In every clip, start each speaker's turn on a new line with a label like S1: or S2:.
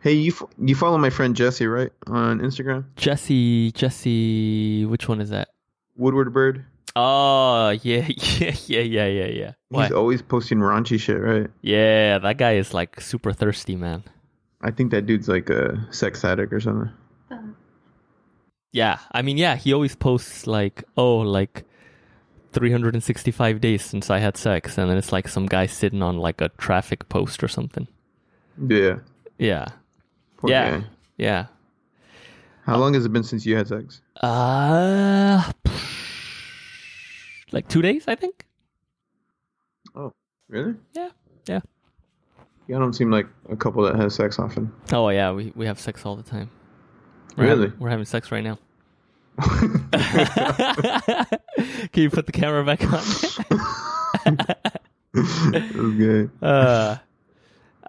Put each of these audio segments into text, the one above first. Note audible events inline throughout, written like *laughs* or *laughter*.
S1: Hey, you f- you follow my friend Jesse right on Instagram?
S2: Jesse, Jesse, which one is that?
S1: Woodward Bird.
S2: Oh yeah, *laughs* yeah, yeah, yeah, yeah, yeah. What?
S1: He's always posting raunchy shit, right?
S2: Yeah, that guy is like super thirsty, man.
S1: I think that dude's like a sex addict or something.
S2: Yeah, I mean, yeah, he always posts like, oh, like 365 days since I had sex, and then it's like some guy sitting on like a traffic post or something.
S1: Yeah.
S2: Yeah,
S1: Poor
S2: yeah,
S1: guy.
S2: yeah.
S1: How long has it been since you had sex?
S2: Uh, like two days, I think.
S1: Really?
S2: Yeah, yeah.
S1: Y'all don't seem like a couple that has sex
S2: *laughs*
S1: often. *laughs*
S2: Oh yeah, we we have sex all the time.
S1: Really?
S2: having- we're having sex right now. *laughs* Can you put the camera back on?
S1: okay.
S2: uh,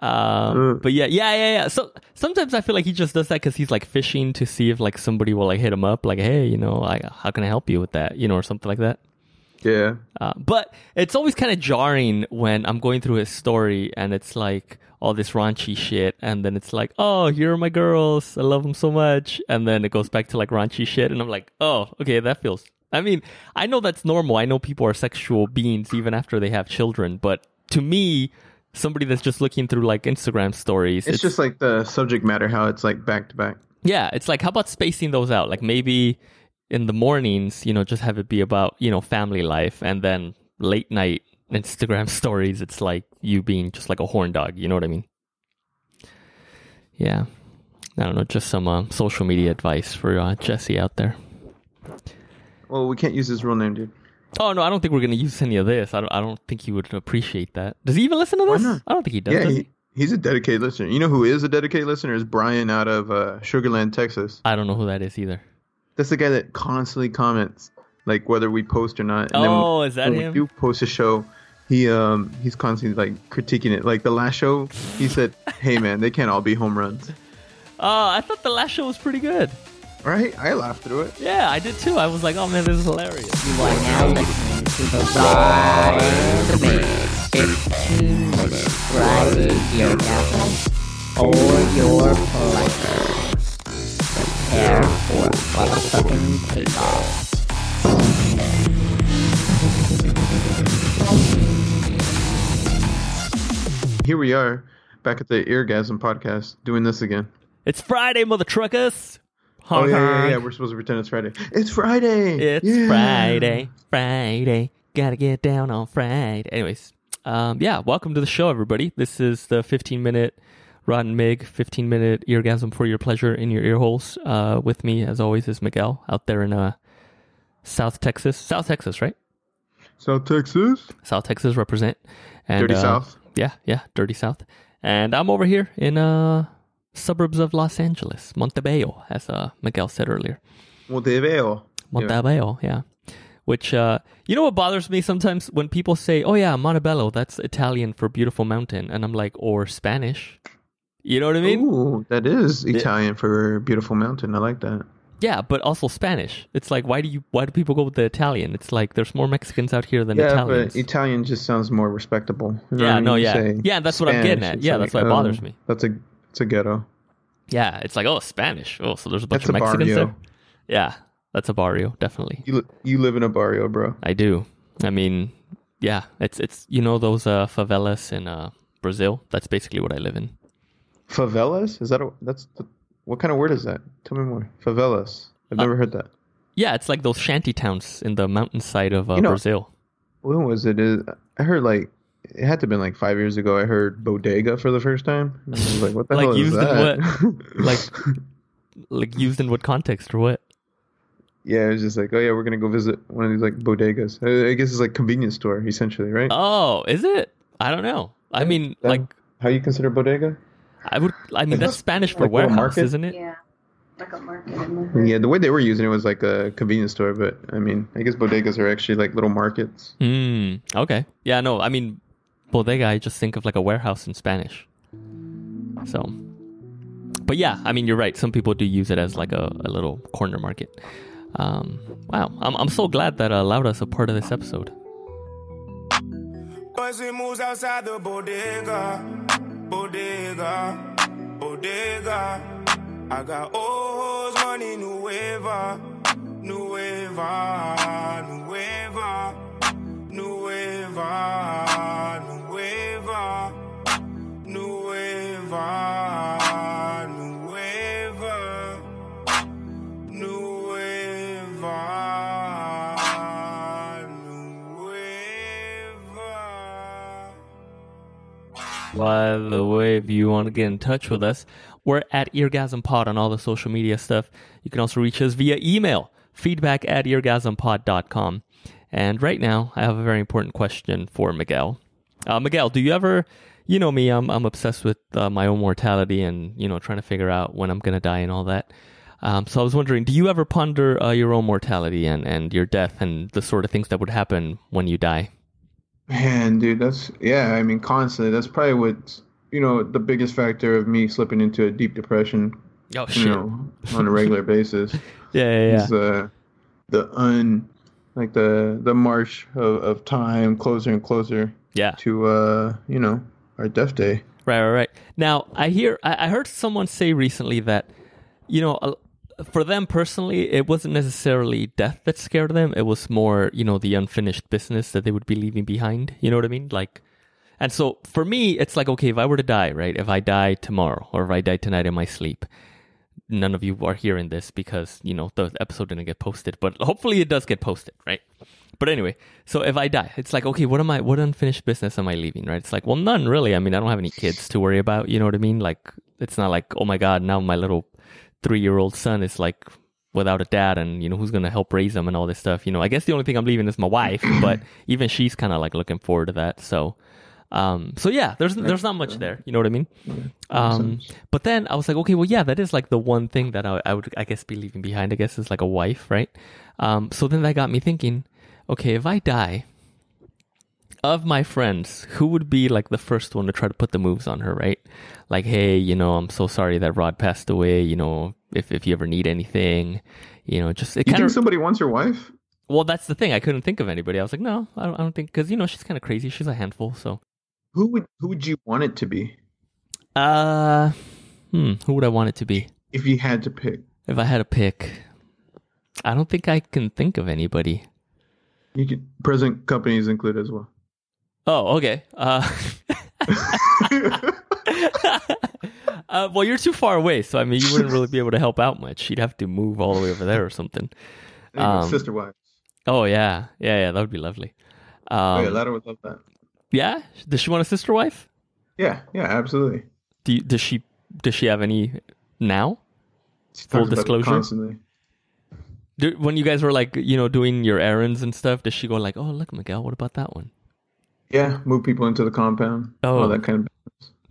S2: um,
S1: Uh.
S2: but yeah, yeah, yeah, yeah. So sometimes I feel like he just does that because he's like fishing to see if like somebody will like hit him up, like, hey, you know, I, how can I help you with that, you know, or something like that.
S1: Yeah.
S2: Uh, but it's always kind of jarring when I'm going through his story and it's like all this raunchy shit, and then it's like, oh, here are my girls, I love them so much, and then it goes back to like raunchy shit, and I'm like, oh, okay, that feels. I mean, I know that's normal. I know people are sexual beings even after they have children, but to me, somebody that's just looking through like Instagram stories,
S1: It's, just like the subject matter, how it's like back to back.
S2: yeah, it's like how about spacing those out? Like maybe in the mornings, you know, just have it be about, you know, family life and then late night Instagram *laughs* stories, it's like you being just like a horn dog, you know what I mean? Yeah. I don't know, just some uh, social media advice for uh, Jesse out there.
S1: Well, we can't use his real name, dude.
S2: Oh no, I don't think we're gonna use any of this. I don't. I don't think he would appreciate that. Does he even listen to
S1: Why
S2: this?
S1: not?
S2: I don't think he does.
S1: yeah,
S2: does
S1: he,
S2: he?
S1: he's a dedicated listener. You know who is a dedicated listener? Is Brian out of uh, Sugarland, Texas.
S2: I don't know who that is either.
S1: That's the guy that constantly comments, like whether we post or not. And then
S2: oh, is that
S1: when
S2: him?
S1: we do post a show, he um he's constantly like critiquing it. Like the last show, he
S2: *laughs*
S1: said, "Hey man, they can't all be home runs."
S2: Oh, I thought the last show was pretty good.
S1: Right? I laughed through it.
S2: Yeah, I did too. I was like, oh man, this is hilarious.
S3: You are now listening to the Brian Mix 15 minute variety yoga or your pleasure. Prepare for a motherfucking takeoff.
S1: Here we are, back at the Eargasm podcast, doing this again.
S2: It's Friday, mother truckers.
S1: Oh
S2: Honk,
S1: yeah, yeah, yeah.
S2: honk.
S1: Uh-huh. We're supposed to pretend it's Friday. It's Friday.
S2: It's
S1: Yeah.
S2: Friday, Friday. Gotta get down on Friday. Anyways, um, yeah, welcome to the show, everybody. This is the 15 minute Rotten Mig, 15 minute eargasm for your pleasure in your ear holes. Uh, with me, as always, is Miguel out there in uh, South Texas. South Texas, right?
S1: South Texas,
S2: South Texas represent. And,
S1: dirty
S2: uh,
S1: South.
S2: Yeah, yeah, dirty South. And I'm over here in uh, suburbs of Los Angeles, Montebello, as uh, Miguel said earlier.
S1: Montebello.
S2: Montebello, yeah. Which uh, you know what bothers me sometimes when people say, "Oh yeah, Montebello," that's Italian for beautiful mountain, and I'm like, or Spanish. You know what I mean?
S1: Ooh, that is Italian for beautiful mountain. I like that.
S2: Yeah, but also Spanish. It's like, why do you? Why do people go with the Italian? It's like there's more Mexicans out here than
S1: yeah,
S2: Italians.
S1: but Italian just sounds more respectable. You know
S2: Yeah,
S1: what I
S2: no,
S1: mean? You
S2: yeah.
S1: say
S2: Yeah, that's what I'm getting
S1: Spanish,
S2: at.
S1: it's
S2: Yeah, that's
S1: like,
S2: why it bothers
S1: um,
S2: me.
S1: That's a it's a ghetto.
S2: yeah, it's like, oh, Spanish. Oh, so there's a bunch
S1: That's a
S2: of Mexicans
S1: barrio.
S2: there. Yeah, that's a barrio, definitely.
S1: You li- you live in a barrio, bro.
S2: I do. I mean, yeah, it's it's you know those uh, favelas in uh, Brazil. That's basically what I live in.
S1: Favelas? Is that a that's the, what kind of word is that? Tell me more. Favelas. I've
S2: Uh,
S1: never heard that.
S2: Yeah, it's like those shanty towns in the mountainside of uh,
S1: You know-
S2: Brazil.
S1: When was it? Is- I heard like it had to have been like five years ago. I heard bodega for the first time. And I was like, what the
S2: Like
S1: hell is
S2: used in
S1: that? *laughs*
S2: Like, like used in what context or what?
S1: yeah, it was just like, oh yeah, we're gonna go visit one of these like bodegas. I I guess it's like convenience store essentially, right?
S2: Oh, is it? I don't know. I mean,
S1: That-
S2: like
S1: how you consider bodega?
S2: I would. I mean,
S1: Is
S2: that's
S1: this
S2: Spanish for
S1: like a
S2: warehouse,
S1: market?
S2: isn't it?
S4: Yeah, like a market in the
S1: Yeah, the way they were using it was like a convenience store, but I mean, I guess bodegas are actually like little markets.
S2: Hmm. okay. Yeah. No. I mean, bodega. I just think of like a warehouse in Spanish. So, but yeah. I mean, you're right. Some people do use it as like a, a little corner market. Um, wow. I'm I'm so glad that uh, Laura's a part of this episode.
S5: Once we moves outside the bodega, bodega, bodega. I got old money, nueva, nueva, nueva, nueva, nueva, nueva, nueva, nueva, nueva.
S2: By the way, if you want to get in touch with us, we're at EargasmPod on all the social media stuff. You can also reach us via email, feedback at eargasmpod.com. And right now, I have a very important question for Miguel. Uh, Miguel, do you ever, you know me, I'm, I'm obsessed with uh, my own mortality and, you know, trying to figure out when I'm going to die and all that. Um, so I was wondering, do you ever ponder uh, your own mortality and, and your death and the sort of things that would happen when you die?
S1: Man, dude, that's yeah. I mean, constantly. That's probably what you know the biggest factor of me slipping into a deep depression.
S2: Oh,
S1: You know, on a regular basis
S2: Yeah, yeah, yeah.
S1: is uh, the un like the the march of, of time closer and closer
S2: yeah.
S1: to uh you know our death day.
S2: Right, right, right. Now I hear I, I heard someone say recently that you know uh, for them personally it wasn't necessarily death that scared them it was more you know the unfinished business that they would be leaving behind you know what i mean like and so for me it's like okay if i were to die right if i die tomorrow or if i die tonight in my sleep none of you are hearing this because you know the episode didn't get posted but hopefully it does get posted right but anyway so if i die it's like okay what am i what unfinished business am i leaving right it's like well none really i mean i don't have any kids to worry about you know what i mean like it's not like oh my god now my little three-year-old son is like without a dad and you know who's going to help raise him and all this stuff you know i guess the only thing i'm leaving is my wife but even she's kind of like looking forward to that so um so yeah there's there's not much there you know what i mean um but then i was like okay well yeah that is like the one thing that i, I would i guess be leaving behind i guess is like a wife right um so then that got me thinking okay if i die of my friends, who would be like the first one to try to put the moves on her, right? Like, hey, you know, I'm so sorry that Rod passed away. You know, if if you ever need anything, you know, just it
S1: You
S2: kind
S1: think
S2: of.
S1: somebody wants your wife?
S2: well, that's the thing. I couldn't think of anybody. I was like, no, I don't, I don't think because you know she's kind of crazy. She's a handful. So,
S1: Who would who would you want it to be
S2: uh, hmm, who would I want it to be
S1: if you had to pick?
S2: if I had to pick? I don't think I can think of anybody.
S1: You could present companies included as well.
S2: Oh, okay. Uh, *laughs* uh, well, you're too far away, so I mean, you wouldn't really be able to help out much. You'd have to move all the way over there or something.
S1: There you go,
S2: Um,
S1: Sister wives.
S2: Oh yeah, yeah, yeah. That would be lovely.
S1: Oh, yeah,
S2: Um,
S1: Lara would love that.
S2: yeah. Does she want a sister wife?
S1: Yeah, yeah, absolutely.
S2: Do you, does she does she have any now?
S1: She
S2: Full
S1: talks about it
S2: disclosure?
S1: Constantly.
S2: Do, when you guys were like you know doing your errands and stuff, does she go like, oh look Miguel, what about that one?
S1: Yeah, move people into the compound.
S2: Oh.
S1: all that kind of.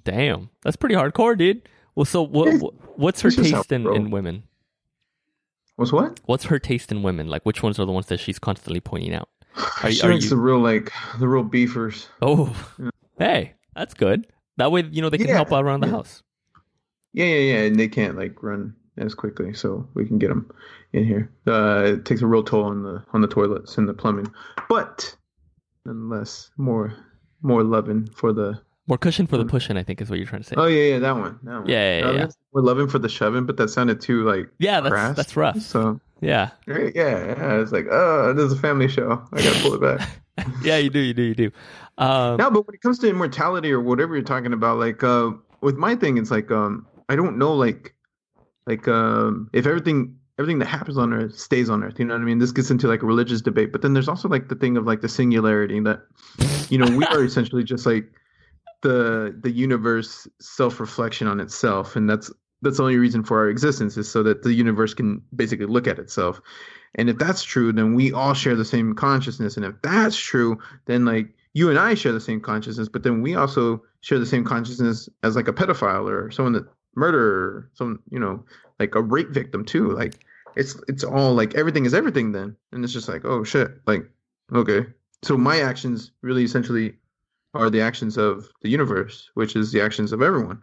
S2: Damn, that's pretty hardcore, dude. Well, so what what's her
S1: It's just how
S2: taste in,
S1: it
S2: in
S1: rolls.
S2: women?
S1: What's what?
S2: What's her taste in women? Like which ones are the ones that she's constantly pointing out? Are,
S1: she
S2: you- are
S1: likes the
S2: you?
S1: real like the real beefers.
S2: Oh, *laughs* hey, that's good. That way you know they can
S1: Yeah,
S2: help out around the
S1: yeah.
S2: house.
S1: Yeah, yeah, yeah, and they can't like run as quickly, so we can get them in here. Uh, it takes a real toll on the on the toilets and the plumbing, but nonetheless, more more loving for the.
S2: More cushion for the
S1: Mm.
S2: pushing, I think, is what you're trying to say.
S1: Oh yeah, yeah, that one. That one.
S2: Yeah, yeah,
S1: Uh,
S2: yeah.
S1: that's- More loving for the shoving, but that sounded too like
S2: yeah, that's
S1: crass.
S2: that's rough.
S1: So
S2: Yeah,
S1: right, yeah, yeah, it's like oh, this is a family show. I gotta pull it back.
S2: yeah, you do, you do, you do.
S1: *laughs*
S2: Um,
S1: No, but when it comes to immortality or whatever you're talking about, like uh with my thing, it's like um I don't know like like um if everything everything that happens on earth stays on earth, you know what I mean? This gets into like a religious debate, but then there's also like the thing of like the singularity that you know, we are essentially just like the the universe self reflection on itself and that's that's the only reason for our existence is so that the universe can basically look at itself. And if that's true, then we all share the same consciousness. And if that's true, then like you and I share the same consciousness, but then we also share the same consciousness as like a pedophile or someone that murderer, some you know, like a rape victim too. Like it's it's all like everything is everything then. And it's just like, oh shit, like okay. So my actions really essentially are the actions of the universe, which is the actions of everyone.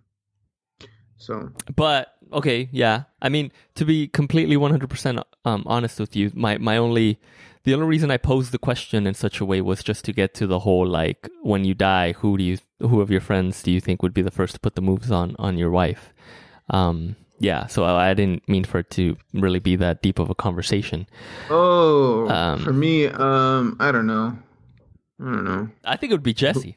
S1: So
S2: but okay, yeah. I mean, to be completely 100% um, honest with you, my my only the only reason I posed the question in such a way was just to get to the whole like when you die, who do you who of your friends do you think would be the first to put the moves on on your wife? Um, yeah, so I I didn't mean for it to really be that deep of a conversation.
S1: Oh,
S2: Um,
S1: for me, um, I don't know. I don't know.
S2: I think it would be Jesse.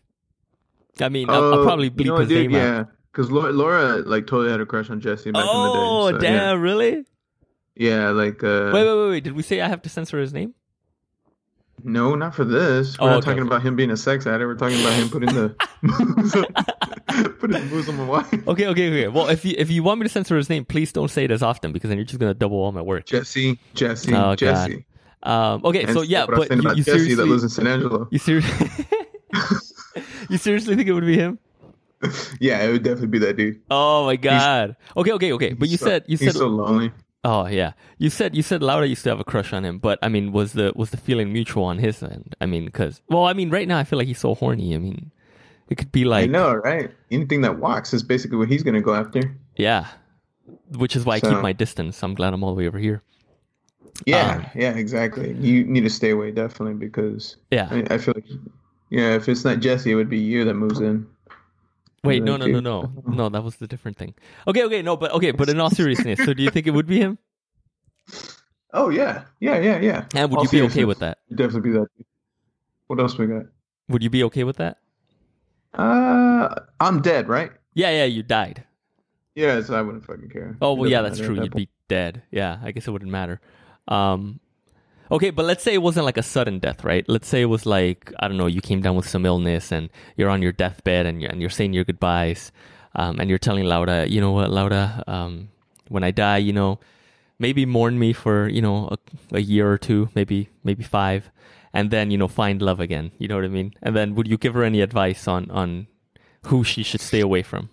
S2: I mean, I'll, I'll
S1: Oh,
S2: probably bleep
S1: you know,
S2: his
S1: dude,
S2: name out.
S1: Yeah, because Laura, Laura, like totally had a crush on Jesse back
S2: Oh,
S1: in the day. so,
S2: damn, really?
S1: Yeah, Yeah, like uh,
S2: Wait, wait, wait, wait. Did we say I have to censor his name?
S1: no, not for this. We're
S2: Oh,
S1: not
S2: okay,
S1: talking
S2: okay.
S1: about him being a sex addict. We're talking about him putting the
S2: *laughs*
S1: putting the *laughs* moves on my wife.
S2: Okay, okay, okay. Well, if you if you want me to censor his name, please don't say it as often because then you're just gonna double all my work.
S1: Jesse, Jesse,
S2: Oh, God.
S1: Jesse.
S2: Um, okay,
S1: And
S2: so yeah,
S1: what I was
S2: but
S1: saying
S2: you,
S1: about
S2: you
S1: Jesse that lives
S2: seriously,
S1: in San Angelo.
S2: *laughs* you seriously, *laughs* you seriously think it would be him?
S1: Yeah, it would definitely be that dude.
S2: Oh my god. okay, okay, okay. But you
S1: So-
S2: said you
S1: he's
S2: said
S1: so lonely.
S2: oh yeah, you said you said Laura used to have a crush on him, but I mean, was the was the feeling mutual on his end? I mean, because well, I mean, right now I feel like he's so horny. I mean, it could be
S1: I
S2: like
S1: know, right? Anything that walks is basically what he's gonna go after.
S2: yeah, which is why I keep
S1: So-
S2: my distance. I'm glad I'm all the way over here. Ah.
S1: Yeah, yeah, exactly. You need to stay away definitely because
S2: Yeah.
S1: I, I feel like yeah, if it's not Jesse, it would be you that moves in.
S2: Wait,
S1: Yeah,
S2: no, no, no,
S1: dude.
S2: no,
S1: *laughs*
S2: no. That was the different thing. Okay, okay, no, but okay, but in all seriousness, so do you think it would be him?
S1: Oh yeah, yeah, yeah, yeah.
S2: And would
S1: All
S2: you be okay
S1: seriousness,
S2: with that?
S1: it'd Definitely be that. dude. What else we got?
S2: Would you be okay with that?
S1: Uh, I'm dead, right?
S2: Yeah, yeah, you died.
S1: Yeah, so I wouldn't fucking care.
S2: Oh
S1: It
S2: well, yeah,
S1: doesn't
S2: that's
S1: matter at
S2: true.
S1: that
S2: You'd
S1: point.
S2: be dead. Yeah, I guess it wouldn't matter. Um, okay, but let's say it wasn't like a sudden death, right? Let's say it was like I don't know, you came down with some illness and you're on your deathbed and you're, and you're saying your goodbyes, um, and you're telling Laura, you know what, Laura, um, when I die, you know, maybe mourn me for you know a, a year or two, maybe maybe five, and then you know find love again. You know what I mean? And then would you give her any advice on on who she should stay away from?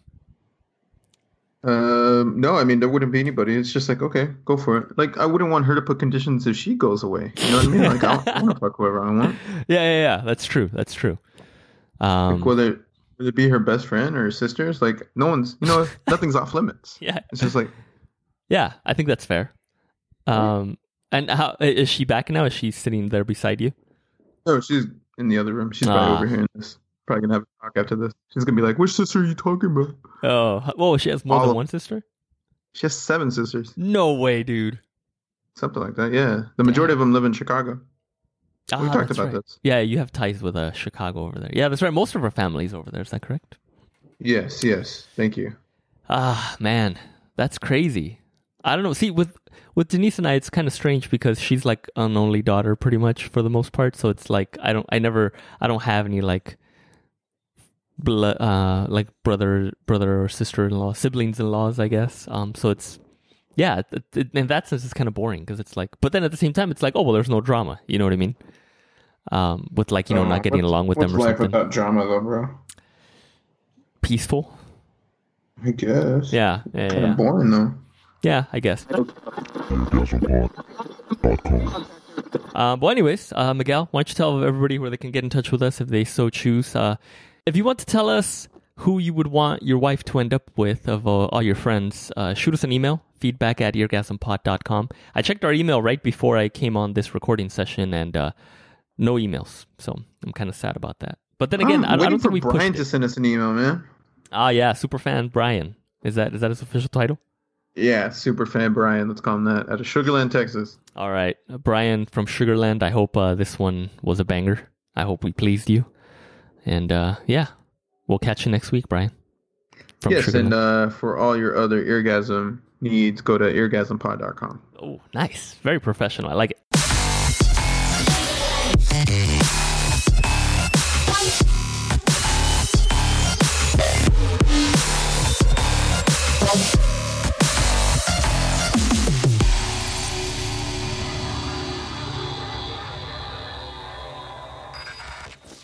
S1: Um, no, I mean there wouldn't be anybody. It's just like okay, go for it. Like I wouldn't want her to put conditions if she goes away. You know what I mean? Like I, I want to
S2: *laughs*
S1: fuck whoever I want,
S2: Yeah, yeah, yeah. That's true. That's true.
S1: like,
S2: Um,
S1: whether whether it be her best friend or her sisters. Like no one's, you know, nothing's off limits.
S2: yeah,
S1: It's just like
S2: yeah. I think that's fair. Um, and how i- is she back now? Is she sitting there beside you?
S1: no, Oh, she's in the other room. She's
S2: Ah.
S1: probably overhearing this. Probably gonna have a talk after this. She's gonna be like, "Which sister are you talking about?"
S2: Oh, h- whoa! She has more
S1: All
S2: than
S1: of-
S2: one sister.
S1: She has seven sisters,
S2: No way, dude.
S1: something like that. Yeah, the majority of them live in Chicago.
S2: Ah,
S1: we talked
S2: that's
S1: about
S2: right.
S1: this.
S2: Yeah, you have ties with uh, Chicago over there. Yeah, that's right. Most of her family's over there. Is that correct?
S1: Yes, yes. Thank you.
S2: Ah, man, that's crazy. I don't know. See, with with Denise and I, it's kind of strange because she's like an only daughter, pretty much for the most part. So it's like I don't, I never, I don't have any like, bl- uh, like brother, brother or sister in law, siblings in laws, I guess. Um, so it's yeah, it, it, in that sense, it's kind of boring because it's like, but then at the same time, it's like, oh well, there's no drama. You know what I mean? Um, with like you know
S1: Uh,
S2: not getting along with them or something,
S1: without drama, though, bro?
S2: peaceful.
S1: I guess.
S2: Yeah, yeah,
S1: Kind
S2: yeah,
S1: of boring though.
S2: yeah. I guess. Um, well, anyways, uh, Miguel, why don't you tell everybody where they can get in touch with us if they so choose? Uh, if you want to tell us who you would want your wife to end up with of uh, all your friends, uh, shoot us an email, feedback at eargasmpod.com. I checked our email right before I came on this recording session and uh, no emails. So I'm kind of sad about that. But then
S1: I'm
S2: again, I, I
S1: waiting
S2: don't
S1: for
S2: think we pushed
S1: Brian to
S2: it.
S1: send us an email, man.
S2: Ah, yeah, Superfan Brian. Is that is that his official title?
S1: Yeah, super fan Brian. Let's call him that. Out of Sugarland, Texas.
S2: All right, uh, Brian from Sugarland. I hope uh, this one was a banger. I hope we pleased you, and uh, yeah, we'll catch you next week, Brian. From
S1: yes,
S2: Sugarland.
S1: and uh, for all your other eargasm needs, go to eargasmpod.com.
S2: oh, nice, very professional. I like it.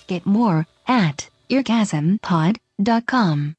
S6: Get more at eargasmpod.com.